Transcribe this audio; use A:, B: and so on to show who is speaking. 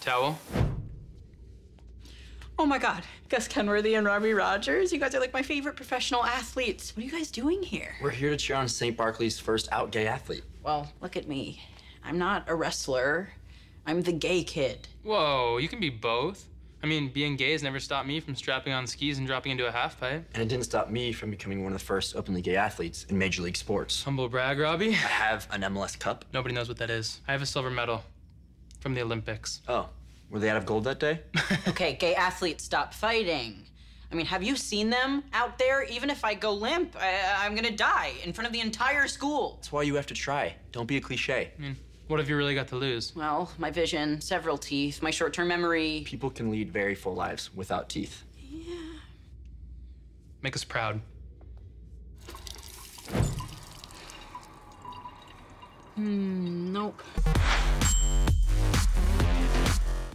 A: Towel?
B: Oh my God, Gus Kenworthy and Robbie Rogers. You guys are like my favorite professional athletes. What are you guys doing here?
A: We're here to cheer on St. Barkley's first out gay athlete.
B: Well, look at me. I'm not a wrestler. I'm the gay kid.
A: Whoa, you can be both. I mean, being gay has never stopped me from strapping on skis and dropping into a half pipe.
C: And it didn't stop me from becoming one of the first openly gay athletes in Major League Sports.
A: Humble brag, Robbie.
C: I have an MLS Cup.
A: Nobody knows what that is. I have a silver medal from the Olympics.
C: Oh, were they out of gold that day?
B: Okay, gay athletes stop fighting. I mean, have you seen them out there? Even if I go limp, I, I'm gonna die in front of the entire school.
C: That's why you have to try. Don't be a cliche.
A: I mean, what have you really got to lose?
B: Well, my vision, several teeth, my short term memory.
C: People can lead very full lives without teeth.
A: Make us proud.
B: Nope.